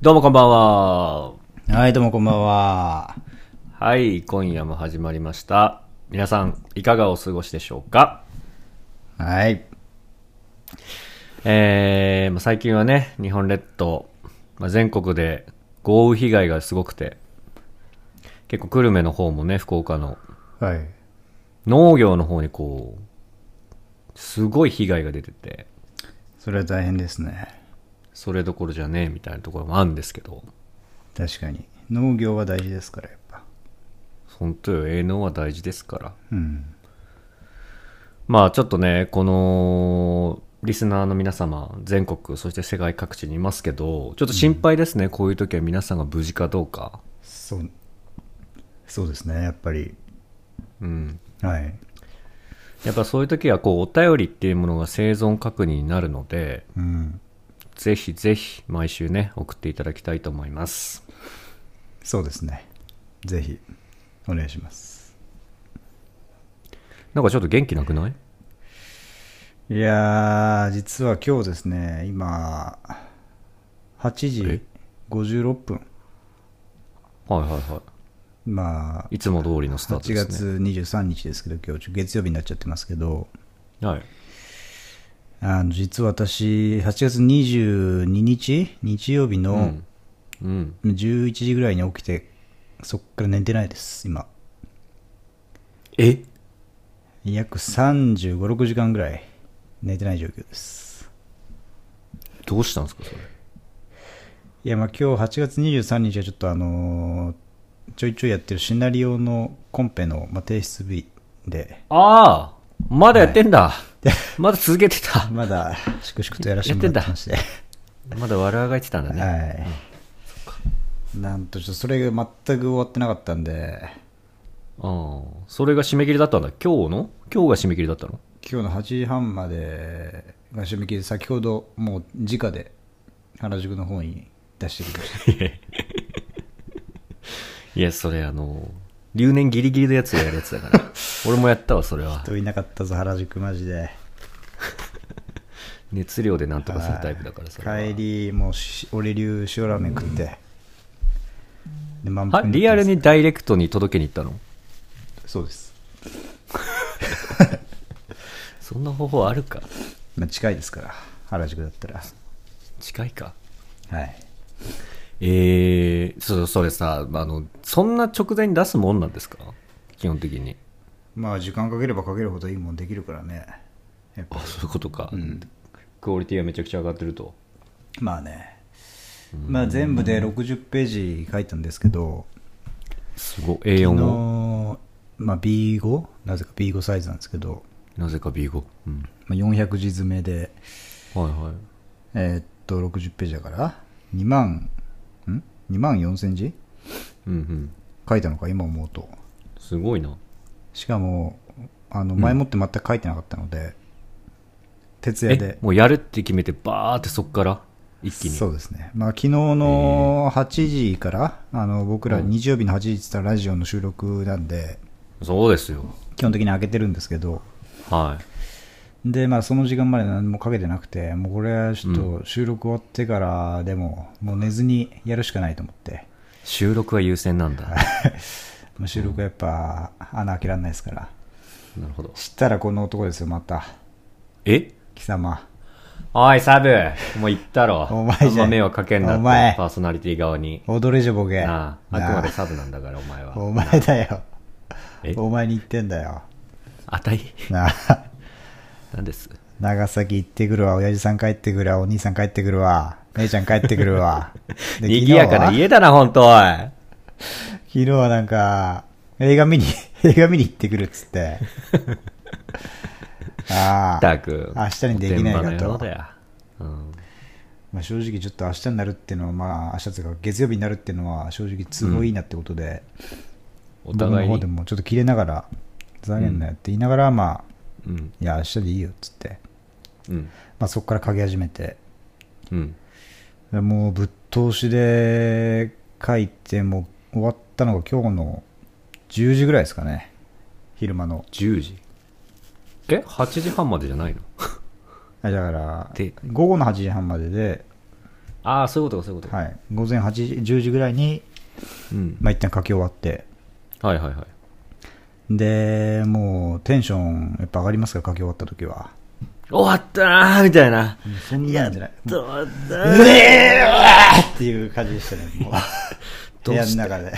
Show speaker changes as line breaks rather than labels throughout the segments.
どうもこんばんは。
はい、どうもこんばんは。
はい、今夜も始まりました。皆さん、いかがお過ごしでしょうか
はい。
えー、まあ最近はね、日本列島、まあ、全国で豪雨被害がすごくて、結構久留米の方もね、福岡の
はい。
農業の方にこう、すごい被害が出てて、
それは大変ですね。
それどころじゃねえみたいなところもあるんですけど、
確かに。農業は大事ですから、やっぱ。
本当よ、営農は大事ですから。
うん。
まあちょっとね、この、リスナーの皆様、全国、そして世界各地にいますけど、ちょっと心配ですね、こういう時は皆さんが無事かどうか。
そう、そうですね、やっぱり。
うん。
はい。
やっぱそういう時は、こう、お便りっていうものが生存確認になるので、
うん。
ぜひぜひ、毎週ね、送っていただきたいと思います。
そうですね。ぜひ、お願いします。
なんかちょっと元気なくない
いやー、実は今日ですね、今、8時56分。
はいはいは
まあ
い。、いつも通りのスタート
8
ですね。
月23日ですけど、今日、ちょ月曜日になっちゃってますけど、
はい。
あの実は私、8月22日、日曜日
う
の
ん。うん。
11時ぐらいに起きて、そっから寝てないです、今。
え
約35、6時間ぐらい寝てない状況です。
どうしたんですか、それ。
いや、まあ今日8月23日はちょっとあのーちょいちょいやってるシナリオのコンペの、まあ、提出日で、
ああまだやってんだ、まだ続けてた
まだ、粛々とやらせてもらって まして。
まだ笑あがいてたんだね。
はい。なんと、ちょっとそれが全く終わってなかったんで、
ああ、それが締め切りだったんだ。今日の今日が締め切りだったの
今日の8時半までが締め切りで先ほどもう直で原宿の方に出してきました
いや、それあの、留年ギリギリのやつがやるやつだから。 俺もやったわ、それは。
人いなかったぞ原宿マジで
熱量でなんとかするタイプだからさ。それは
帰りもうし俺流塩ラーメン食って、で満
は
腹に
リアル
なって
にダイレクトに届けに行ったの
ますそうです、
そんな方法あるか
まあ、近いですから原宿だったら
近いか
はい
えー、そそれさ、あの、そんな直前に出すもんなんですか基本的に。
まあ時間かければかけるほどいいもんできるからねやっ
あ、
ぱ
そういうことか。
うん
クオリティがめちゃくちゃ上がってると。
まあねまあ全部で60ページ書いたんですけど、
すごい。A4 も。
の、まあ、B5? なぜか B5 サイズなんですけど、
なぜか B5。うん。
まあ、400字詰めで、
はいはい。
えーっと、60ページだから、2万、ん ?2 万4000字
うんうん。
書いたのか、今思うと。
すごいな。
しかも、あの、前もって全く書いてなかったので、徹夜
え
で、
もうやるって決めて、バーってそっから、一気に。
そうですね。まあ、昨日の8時から、あの、僕ら
うん
日曜日の8時って言ったらラジオの収録なんで、
そうですよ。
基本的に開けてるんですけど、
はい。
で、まあ、その時間まで何もかけてなくて、もうこれはちょっと収録終わってからでも、もう寝ずにやるしかないと思って、
収録が優先なんだ。
まあ収録はやっぱ穴開けられないですから、
なるほど。
したらこの男ですよ、また、
え
貴様、
おい、サブもう言ったろ。
お前じゃん
あんま迷惑かけんな
お前
って、パーソナリティ側に。
踊れじゃボケ、
なあ、あくまでサブなんだから、お前
なあ
は。
お前だよ
え、
お前に言ってんだよ、
あたい
なあ
なんです
長崎行ってくるわ、親父さん帰ってくるわ、お兄さん帰ってくるわ、姉ちゃん帰ってくる わ、で
賑やかな
昨日は
家だな、ほんと、おい。
昨日はなんか、映画見に、 映画見に行ってくるっつ って。あ
った
あ。
く。
明日にできないかと
おてんばの野郎だようん。
まあ、正直ちょっと明日になるっていうのは、まあ、明日というか月曜日になるっていうのは正直都合いいなってことで、
お
僕の
互い
方で
に。
もちょっと切れながら、ざけんなよって言いながら、まあ、
うん。
いや、明日でいいよっつって。
うん。
まあ、そこから書き始めて。
うん。
もうぶっ通しで書いて、もう終わったのが今日の10時ぐらいですかね。昼間の。
10時。え ?8 時半までじゃないの
あだから
で、
午後の8時半までで、
ああ、そういうことか、そういうことか。
はい、午前8時10時ぐらいに、
うん。
まあ、一旦書き終わって
はいはいはい。
でもうテンションやっぱ上がりますから書き終わった時は
終わったーみたいな。
そんなんじゃない
終わった
うえーうわーっていう感じでしたね もう
ど
部
う
屋の
して
中で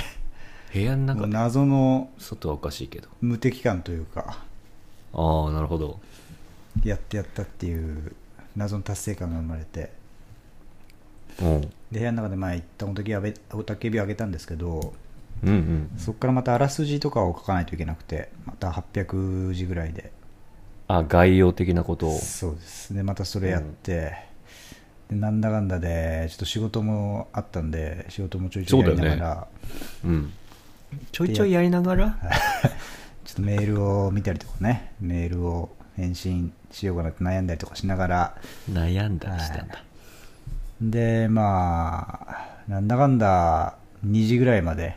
部屋の
も
中
う
で。
謎の
外はおかしいけど。
無敵感という
あ
か
あ、なるほど。
やってやったっていう謎の達成感が生まれて
うん。
で部屋の中で前一旦おたけびを上げおたけびを上げたんですけど
うんうん。
そこからまたあらすじとかを書かないといけなくてまた800字ぐらいで
あ、概要的なことを。
そうですねまたそれやって、でなんだかんだでちょっと仕事もあったんで仕事もちょいちょいやりなが
そうだ
ら、
うん。ちょいちょいやりながら
ちょっとメールを見たりとかねメールを返信しようかなって悩んだりとかしながら
悩んだりしたんだ。
でまあなんだかんだ2時ぐらいまで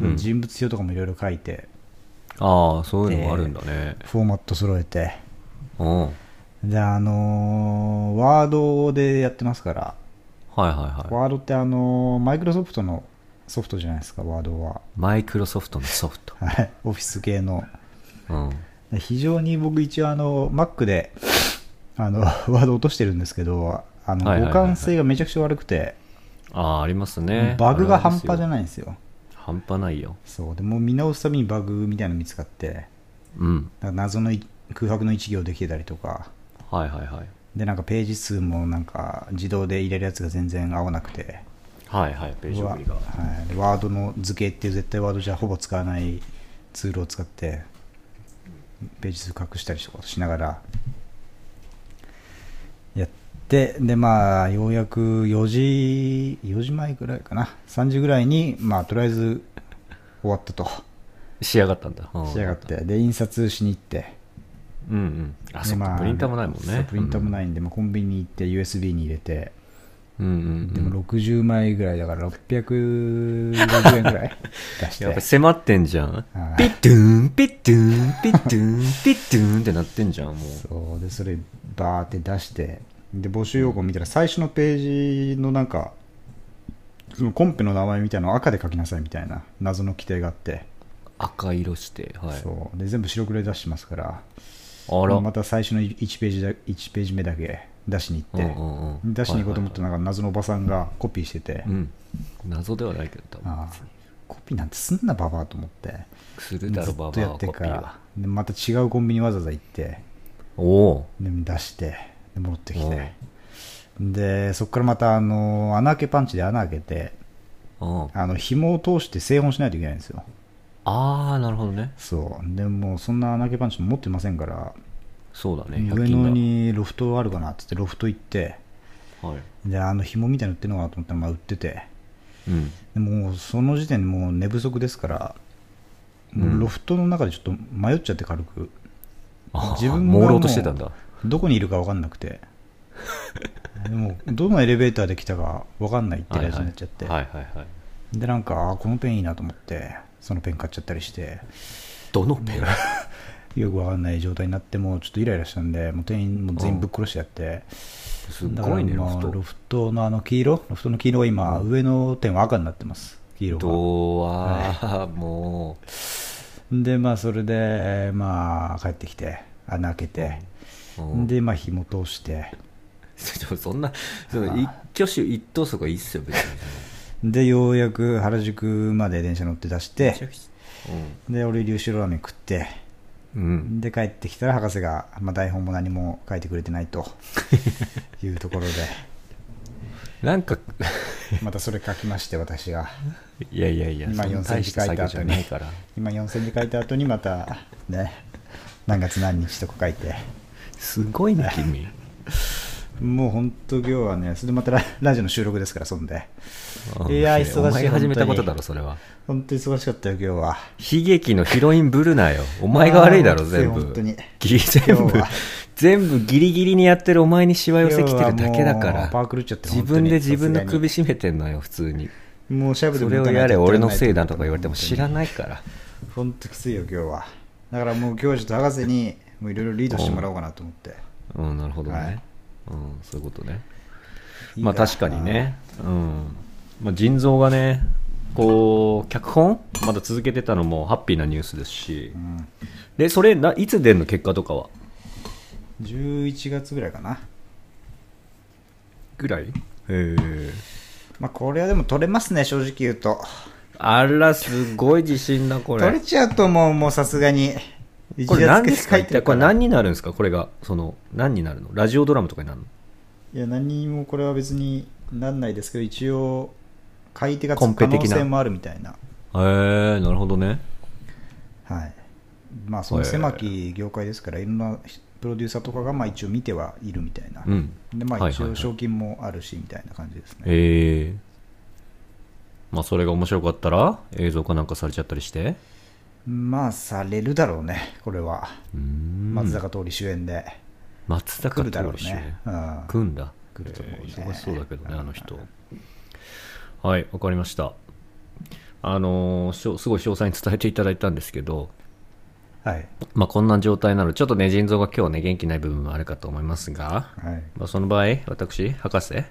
うん
人物表とかもいろいろ書いて、
ああ、そういうのもあるんだね。
フォーマット揃えて
うん。はい
であのーワードでやってますから
はいはい。
ワードってあのマイクロソフトのソフトじゃないですかワードは
マイクロソフトのソフト。
はいオフィス系の
うん。
非常に僕一応あの Mac であのワード落としてるんですけどあの
はいはいはいはい
互換性がめちゃくちゃ悪くて
ああ、ありますね。
バグが半端じ
な
ゃ
い。
ないんですよ
半端ないよ。
そうでもう見直すたびにバグみたいなの見つかって
うん。
なんか謎のい空白の1行できてたりとか
はいはいはい。
でなんかページ数もなんか自動で入れるやつが全然合わなくて
はいはい、ページ送りが。
わはい、ワードの図形っていう絶対ワードじゃほぼ使わないツールを使ってページ数隠したりとかしながらやってでまあようやく4時4時前ぐらいかな3時ぐらいにまあとりあえず終わったと
仕上がったんだ。うん
仕上がっ。てで印刷しに行って
うんうん。あ、
で
そっ
ま
か、プリンターもないもん
そう
ね。。
プリンターもないいんで、まあ、コンビニ行って USB に入れて
うんうん。
でも60枚ぐらいだから650円ぐらい出し て
やっぱ迫ってんじゃん
はい。
ピットゥーン、ピットゥーン、ピットゥーン、ピットゥーンってなってんじゃん、もう。
そうでそれバーって出してで募集要項見たら最初のページのなんかそのコンペの名前みたいなのを赤で書きなさいみたいな謎の規定があって、
赤色して、はい。
そうで全部白黒で出してますから
あら。
また最初の1ページだ1ページ目だけ出しに行って、
うんうんうん
出しに行こうと思ったなんか謎のおばさんがコピーしてて、
うん。謎ではないけど、多分
ああコピーなんてすんなババアと思って
す
ず
るだろ、
っ
ババ
と
ア
や
はコ
っ
ピ
てか
ーは。
らでまた違うコンビニわざわざ行って
おお
で出してで戻ってきてでそこからまたあの穴開けパンチで穴開けて
ー。うん。
あの紐を通して製本しないといけないんですよ
あー、なるほどね。
そうでもうそんな穴開けパンチ持ってませんから
そうだね、100
上
均
野
だ。
にロフトあるかなっつってロフト行って
はい。
であの紐みたいなの売ってるのかなと思ったらまあ売ってて
うん。
でもうその時点でもう寝不足ですからもううんロフトの中でちょっと迷っちゃって軽く、
あ
自
自
分
分
が
朦朧としてたんだ。
どこにいるか分かんなくて でもうどのエレベーターで来たか分かんないって感じになっちゃって、
はいはいはい。
でなんかあこのペンいいなと思ってそのペン買っちゃったりして
どのペン
よく分かんない状態になってもうちょっとイライラしたんでもう店員も全員ぶっ殺してやって、
すっごいね、
だ
ロ
か
フ
らまあ
ト
ロ。フトのあの黄色ロフトの黄色が今、上の点は赤になってます黄色が
どうは、も
でまあそれで、えーまあ帰ってきて穴開けて、
う。うん
でまあ紐通して
でもそんな、その一挙手一投足はいいっすよ、別に。
でようやく原宿まで電車乗って出し
めちゃ
て
くち
で俺龍州ラーメン食って
ゃうん。うん。
で帰ってきたら博士が、まあ、台本も何も書いてくれてな いというところで
なんか、
またそれ書きまして私が
いやいやいや、
今
そんな大した作業じゃないから。
今4000字書いた後にまたね何月何日とか書いて
すごいね、 君。
もう本当今日はねそれでまたララジオの収録ですからそんで
うん
いや忙しい
お前が始めた
本
こと
当に
だろ、それは。
本当に忙しかったよ今日は
悲劇のヒロインぶるなよ。お前が悪いだろ、
あー
全部。
本当に
ギリ全
今日
部
は、
全部ギリギリにやってるお前にしわ寄せきてるだけだか
今日はも
ら
う。パークルっちゃってる
自分で自分の
本当に
首絞めてんのよ、普通に。
もうしゃぶで
そ
も
れ
打
を
たな
や
い
れ、
とやって
俺
ら
の
れない
せいだとか言われても知ら
い
ないから。
本当きついよ今日はだからもう今日はちょっと博士にもういろいろリードしてもらおうかなと思って
うん、なるほど
はい
ね。うん、そういうことね。
いい
まあ
か
確かにね、うんまあ、腎臓がねこう脚本まだ続けてたのもハッピーなニュースですし、
うん、
でそれないつ出るの結果とかは
11月ぐらいかな
ぐらいええ
まあこれはでも取れますね正直言うと
あらすごい自信だこ
取れ
れ
ちゃうともうもうさすがに
これ何ですか
一
一体これ何になるんですかこれがその何になるのラジオドラマとかになるの
いや何もこれは別になんないですけど一応買い手がつ
コン
く可
ペ的
能
な
性もあるみたいな
へえなるほどね
はいまあその狭き業界ですからいろんなプロデューサーとかがまあ一応見てはいるみたいな、
うん
でまあ
はい
一
はいは
応
い
賞金もあるしみたいな感じですね、
ええまあそれが面白かったら映像化なんかされちゃったりして
まあされるだろうねこれは
うーん
松坂桃李主演で
松坂
来るだろ
桃
う
李主演
ね、うん、
来んだ
来ると思うね
えー忙しそうだけどねあの人はいわかりましたあのーしょすごい詳細に伝えていただいたんですけど
はい
まあこんな状態なのでちょっとね腎臓が今日ね元気ない部分もあるかと思いますが、
はい
まあ、その場合私博士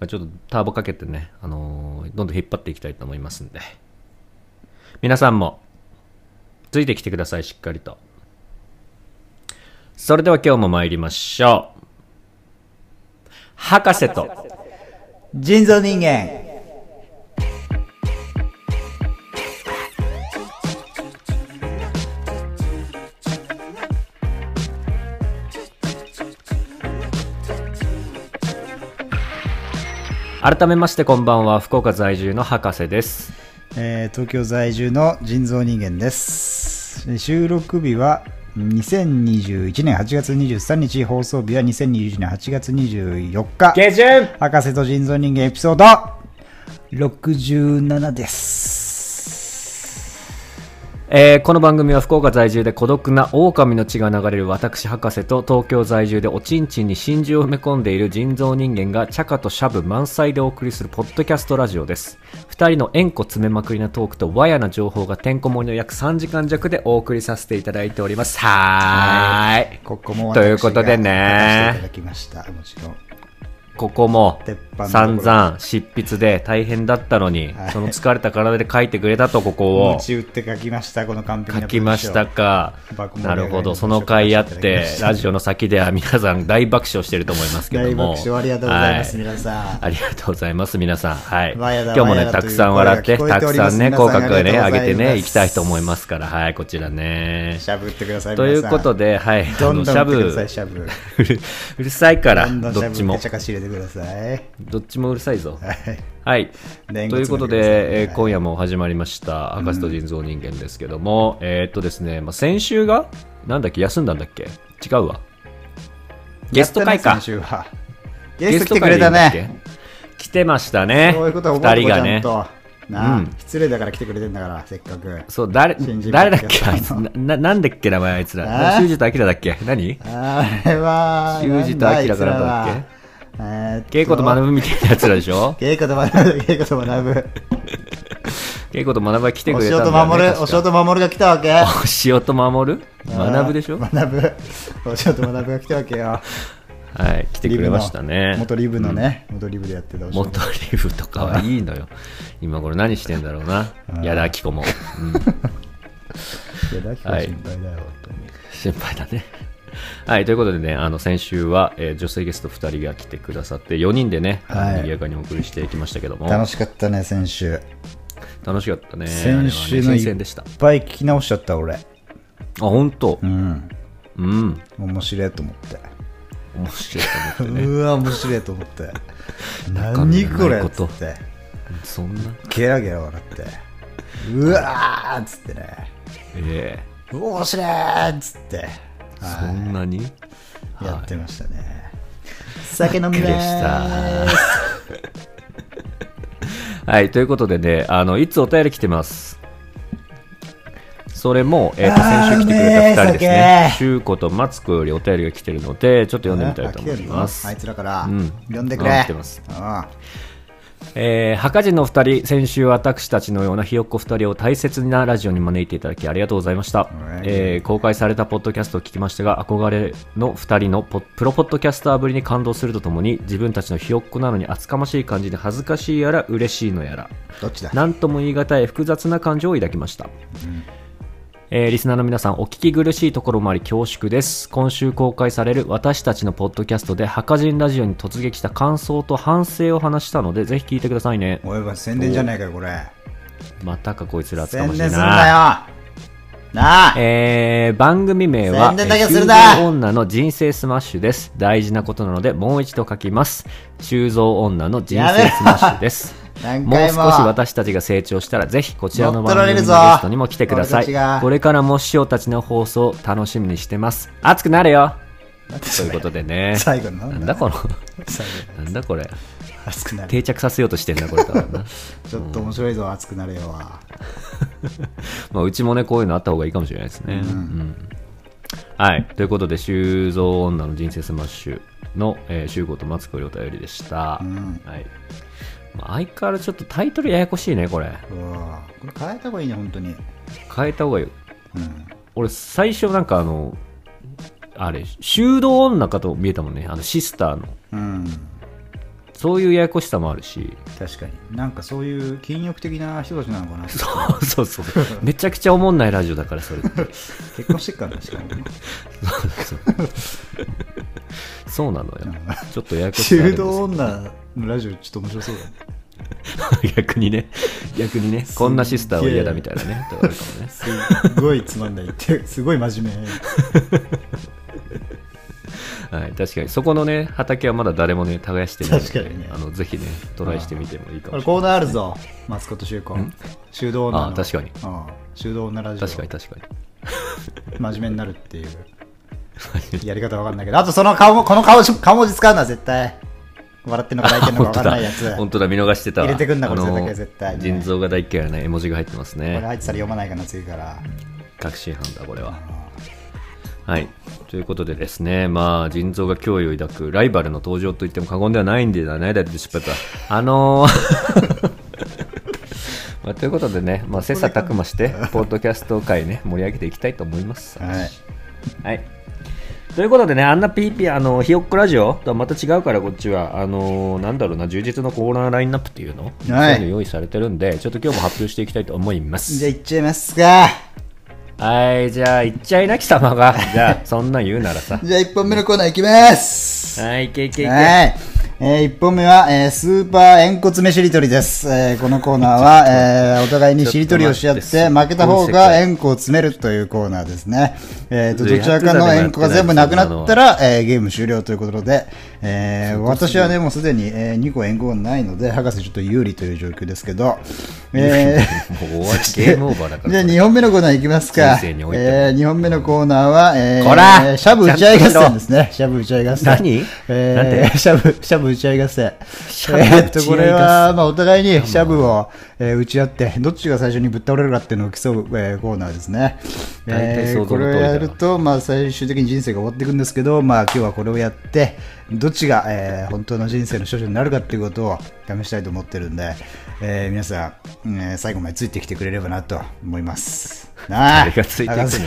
がちょっとターボかけてね、あのーどんどん引っ張っていきたいと思いますんで皆さんもついてきてくださいしっかりとそれでは今日も参りましょう博士と
人造人間
改めましてこんばんは福岡在住の博士です
えー東京在住の人造人間ですえー収録日は2021年8月23日放送日は2021年8月24日
準
博士と人造人間エピソード67です
えーこの番組は福岡在住で孤独な狼の血が流れる私博士と東京在住でおちんちんに真珠を埋め込んでいる人造人間がチャカとシャブ満載でお送りするポッドキャストラジオです二人の縁故詰めまくりなトークとわやな情報がてんこ盛りの約3時間弱でお送りさせていただいておりますはーい
ここも
ということでね
私が書かせていただきましたもちろん
ここも
鉄板のとこ
散
ろ
々執筆で大変だったのに、
はい
その疲れた体で書いてくれたとここを
持ち打って書きましたこの完璧な
書きましたか
爆盛り上が
な
り
るほどその回あってラジオの先では皆さん大爆笑してると思いますけど
大
も
爆笑ありがとうございます、
は
皆さん
ありがとうございます皆さんはい
わやだ
今日も
わ
ね
やだ
た
とい
く
う
さん笑って
声が
た
聞
く
こえておりま
さ
す
んね口
皆さん
角ね
あ
上
りがとうございます
げてねいきたいと思いますからはいこちらね
しゃぶってください
ということではい
皆さんどんどん
あ
打っ
の
て
シ
くだ
ャ
さ
ブ う
いシャブ
るうるさいから
どんどんし
ど
ゃ
っ
ぶ
ち
って
も
ちゃかし入れてください
どっちもうるさいぞ
はい
はい。とい
年月
うこと
の時ですね
で、えー
はい
今夜も始まりました、博士と人造人間ですけども、えーっとですね、まあ、先週が、なんだっけ、休んだんだっけ違うわ。ゲスト会
やった
か
ね先。週はゲスト来てくれたね。
来てましたね。
そういうことは
二
覚えて
人が
こちゃん
ね。
となあ
うん
失礼だから来てくれてんだからせっか く
そう、誰、
新人
誰だっけ
ポ
あ
ッ
い
ドキャス
つ
ト
な、ななんだっけ名前あいつら。
えー
修二と明だっけ何
あれは
修二と明からだっけ
なんだあいつらはえーと
稽古と学ぶみたいなやつらでしょ
稽古と学ぶ稽古と学
稽古と学ぶが来て
ぶ
く
お
れ
仕
たんだ
事
よ、ね。
守るお
確
仕
か
事守るが来たわけ
お塩と守る学ぶでしょ
学ぶお仕事学ぶが来たわけよ
はい、 来てくれましたね。
元リブのね、元リブでやってたお仕事
元リフとかはいいのよ 今頃何してんだろうな矢田亜希子 も、うん、
いやだきこ
はい
心配だよ、本当に
心配だねはいということでねあの先週は、えー女性ゲスト2人が来てくださって4人でね、
はい
賑やかにお送りしていきましたけども
楽
楽し
しかったね先週いっ
かったね
先週の
あれはね新鮮でしたあ
ぱい聞き直しちゃった俺
本当
うん
うん
面白いと思って
面白いと思ってね
うわ面白いと思 って
中身
何
のない
これ
こ
っつ
と
って
そんな
ゲラゲラ笑ってうわーっつってね
え
面白いっつって
えそんなに
やってましたね酒飲
び
み
っくり
で
した
ーす
はい、ということでね、あの、いつお便り来てます。それも、えっ、と、
あー
先週来てくれた2人ですね
うめえ。
しゅうことマツコよりお便りが来てるので、ちょっと読んでみたいと思いま
あ来てるの
す
あい。つらから、
うん
呼んでくれ
あ来てます
ああ
えー、墓人のお二人、先週私たちのようなひよっこ二人を大切なラジオに招いていただきありがとうございました。
はい
えー公開されたポッドキャストを聞きましたが、憧れの二人のポプロポッドキャスターぶりに感動するとともに、自分たちのひよっこなのに厚かましい感じで恥ずかしいやら嬉しいのやら、
どっちだ
なんとも言い難い複雑な感情を抱きました。えーリスナーの皆さん、お聞き苦しいところもあり恐縮です。今週公開される私たちのポッドキャストで、墓人ラジオに突撃した感想と反省を話したので、ぜひ聞いてくださいね。
おいおい宣伝じゃないかよこれ
またかこいつら厚か
宣
ましい
伝する
な。
なよなあ
えー、番組名は
宣伝だけはするな
修造女の人生スマッシュです。大事なことなので、もう一度書きます。修造女の人生スマッシュです。
何
もう
回
少し
も
私たちが成長したら、ぜひこちらの番組のゲ
乗っ取られるぞ
ストにも来てくださ
俺たちが
い。これからも師匠たちの放送、楽しみにしてます。熱くなれよということでね。
最後の
なんだこの、
最
なんだこれ。
後熱くなる
定着させようとしてんな、これ多分な。
ちょっと面白いぞ熱くなれよは
まあ、うちもね、こういうのあった方がいいかもしれないですね。うんはい。ということで、修造女の人生スマッシュの、えー、修吾とマツコお便りでした。
ん
はい。まあ相変わらずちょっとタイトルややこしいね、これ。
うわこれ変えた方がいいね本当に
変えた方がいい。
うん
俺、最初なんかあの、あれ、修道女かと見えたもんね。あの、シスターの。
うん
そういうややこしさもあるし。
確かになんかそういう禁欲的な人たちなのかな結
そう そうそう。めちゃくちゃおもんないラジオだから、それって。
婚してっから確かに
そうなのよ。ちょっとややこしさあるんですけ
修
ど
道女のラジオちょっと面白そうだね
逆にね逆にねこんなシスターは嫌だみたいなねとかあるかもね
すごいつまんないってすごい真面目
はい、確かにそこのね畑はまだ誰もね耕してないので
確かにね
あのぜひねトライしてみてもいいか
こ
もし
れ
れ
コー
ない
ナーあるぞマスコット修子修道女
あ
の
確かに
うん修道女ラジオ
確かに確かに
真面目になるっていうやり方わかんないけどあとその顔もこの顔顔文字使うな絶対笑ってんのか泣いてんのか
本当
わかん
だ
ないやつ
本当だ見逃してたわ
入れてくんな
あの
これ絶対ね
腎臓が大嫌いな絵文字が入ってます
これ
ね
入ってたら読まないかな次から
確信犯だこれははいということでですねまあ腎臓が脅威を抱くライバルの登場と言っても過言ではないんではないだって失敗だあのー まあ、ということでね、まあ、切磋琢磨して、ポッドキャスト界ね、盛り上げていきたいと思います。
はい
はい。ということでね、あんな PP、あの、ひよっこラジオとはまた違うから、こっちは、あのーなんだろうな、充実のコーナーラインナップっていうの、そういうの用意されてるんで、ちょっと今日も発表していきたいと思いま
じゃ
す。
あいっちゃいますか
はい、じゃあ、いっちゃいな、貴様が。じゃあ、そんなん言うならさ。
じゃあ1本目のコーナーいきます
はい、いけいけいけ。
はい。えー、1本目は、えースーパー円骨目しりとりです。えーこのコー ナーは、えーお互いにしりとりをし合って、
ちょっと待って
負けた方が円骨を詰めるというコーナーですね。えーと、
ずっと
ど
やっ
ち
てた
ら
ね
かの円骨が全部なくなったら、えーゲーム終了ということで、えー私はね、もうすでに、え2個円骨がないので、博士ちょっと有利という状況ですけど、えー
もう終わり、ゲームオーバーだか
じゃ
ら。
あ2本目のコ ーナーいきますか。
人生においても
え2本目のコーナーは、えー
こら
シャブ打ち合い合戦ですね。シャブ打ち合い合戦。
何
えー、シャブ、シャブ打ち合い合戦。
シャブ打ち合い合戦
えーっと、これは、まあ、お互いにシャブを、えー打ち合って、どっちが最初にぶっ倒れるかっていうのを競う、えーコーナーですね。
大体
え
想
ー
像
こ
の
れ
通りだな
をやると、まあ、最終的に人生が終わっていくんですけど、まあ、今日はこれをやって、どっちが、えー本当の人生の処女になるかっていうことを試したいと思ってるんで、えー皆さん、えー最後までついてきてくれればなと思います。なあ、
誰がついてくんの
博士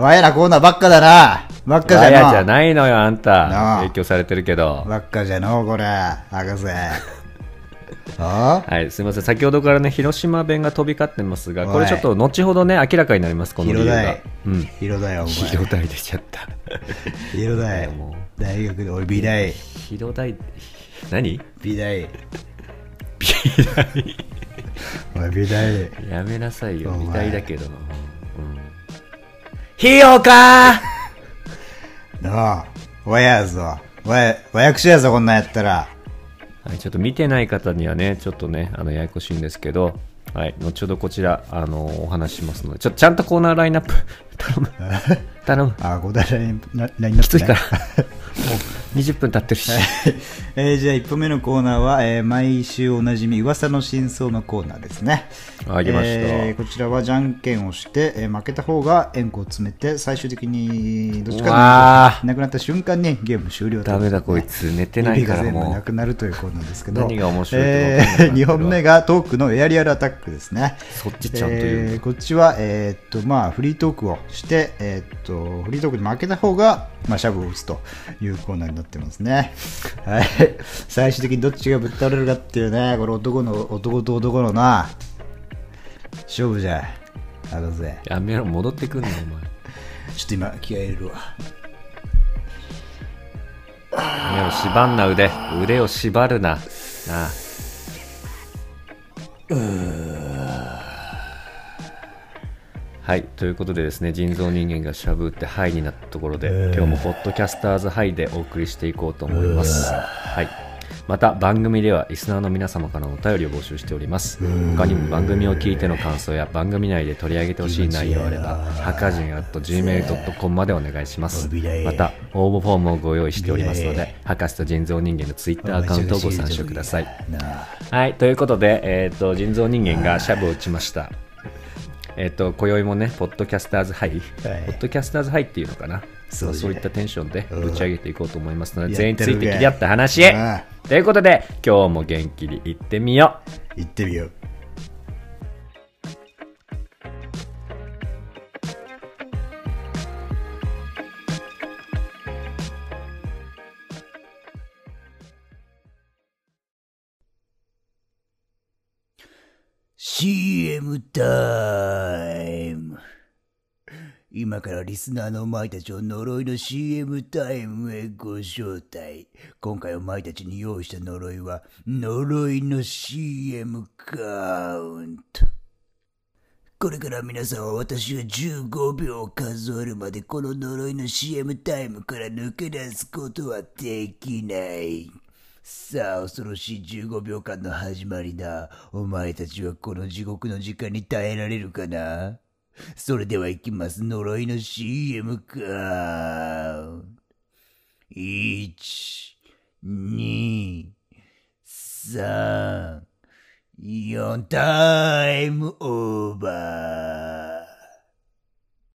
わやらコーナーばっかだな。ばっかじ
ガ
ゃ
ヤ
な
じゃないのよ、あんた
な。あ
影響されてるけど。
ばっかじゃのうこれ 博士あ
はい、すみません。先ほどからね、広島弁が飛び交ってますが、こ
お
れ
い
ちょっと後ほどね、明らかになります、この理
広
由
大
が。うん。
広大お前
広大出ちゃった。
広大
も
大学で俺美大
広大、何
美大
美大。
俺美大
やめなさいよ
お、前
美大だけどな。うん。ひよか
なあわややぞわやわやくしやぞこんなんやったら
はい、ちょっと見てない方にはね、ちょっとね、あの、ややこしいんですけど、はい、後ほどこちら、あのお話ししますので、ちょっとちゃんとコーナーライン ナップ、頼む。頼む。
あこだらラインラインナップね
きついから。もう20分経ってるし。
えーじゃあ1本目のコーナーは、えー毎週おなじみ噂の真相のコーナーですね
ありました
ーこちらはじゃんけんをして、えー負けた方が円弧を詰めて最終的にどっちか
うわ
がなくなった瞬間にゲーム終了と
ダメだこいつ、寝てないから
指が全部
も
な
う。
くなるということなんですけど
何が面白いってわかんなくなってるわ
2本目がトークのエアリアルアタックですね
そっちちゃんと言うんだ
えーこっちは、えーっとまあ、フリートークをして、えーっとフリートークに負けた方が、まあ、シャブを打つというコーナーになってますね、はい、最終的にどっちがぶっ倒れるかっていうねこれ男の男と男のな勝負じゃあるぜ
やめろ、戻ってくんな、お前。
ちょっと今気合い入れるわ
目を縛んな腕腕を縛るななあはいということでですね人造人間がしゃぶってハイになったところで、今日もホットキャスターズハイでお送りしていこうと思います、はいまた番組ではリスナーの皆様からのお便りを募集しております他にも番組を聞いての感想や番組内で取り上げてほしい内容あればはかじん .gmail.com までお願いしますまた応募フォームをご用意しておりますので博士と人造人間のツイッターアカウントをご参照ください
なあ
はいということで、えー、と人造人間がシャブを打ちました えっ、と今宵もねポッドキャスターズハイ、ポッドキャスターズハイっていうのかな
そう
そう,、
ですね
いったテンションでぶち上げていこうと思いますので、
うん
全員ついてきり合った話
やってるね
ということで今日も元気にいってみよう
行ってみよう「CM タイム」今からリスナーのお前たちを呪いの CM タイムへご招待。今回お前たちに用意した呪いは、呪いの CM カウント。これから皆さんは私が15秒を数えるまでこの呪いの CM タイムから抜け出すことはできない。さあ、恐ろしい15秒間の始まりだ。お前たちはこの地獄の時間に耐えられるかなそれでは行きます。呪いの CM か。一、二、三、四タイムオーバー。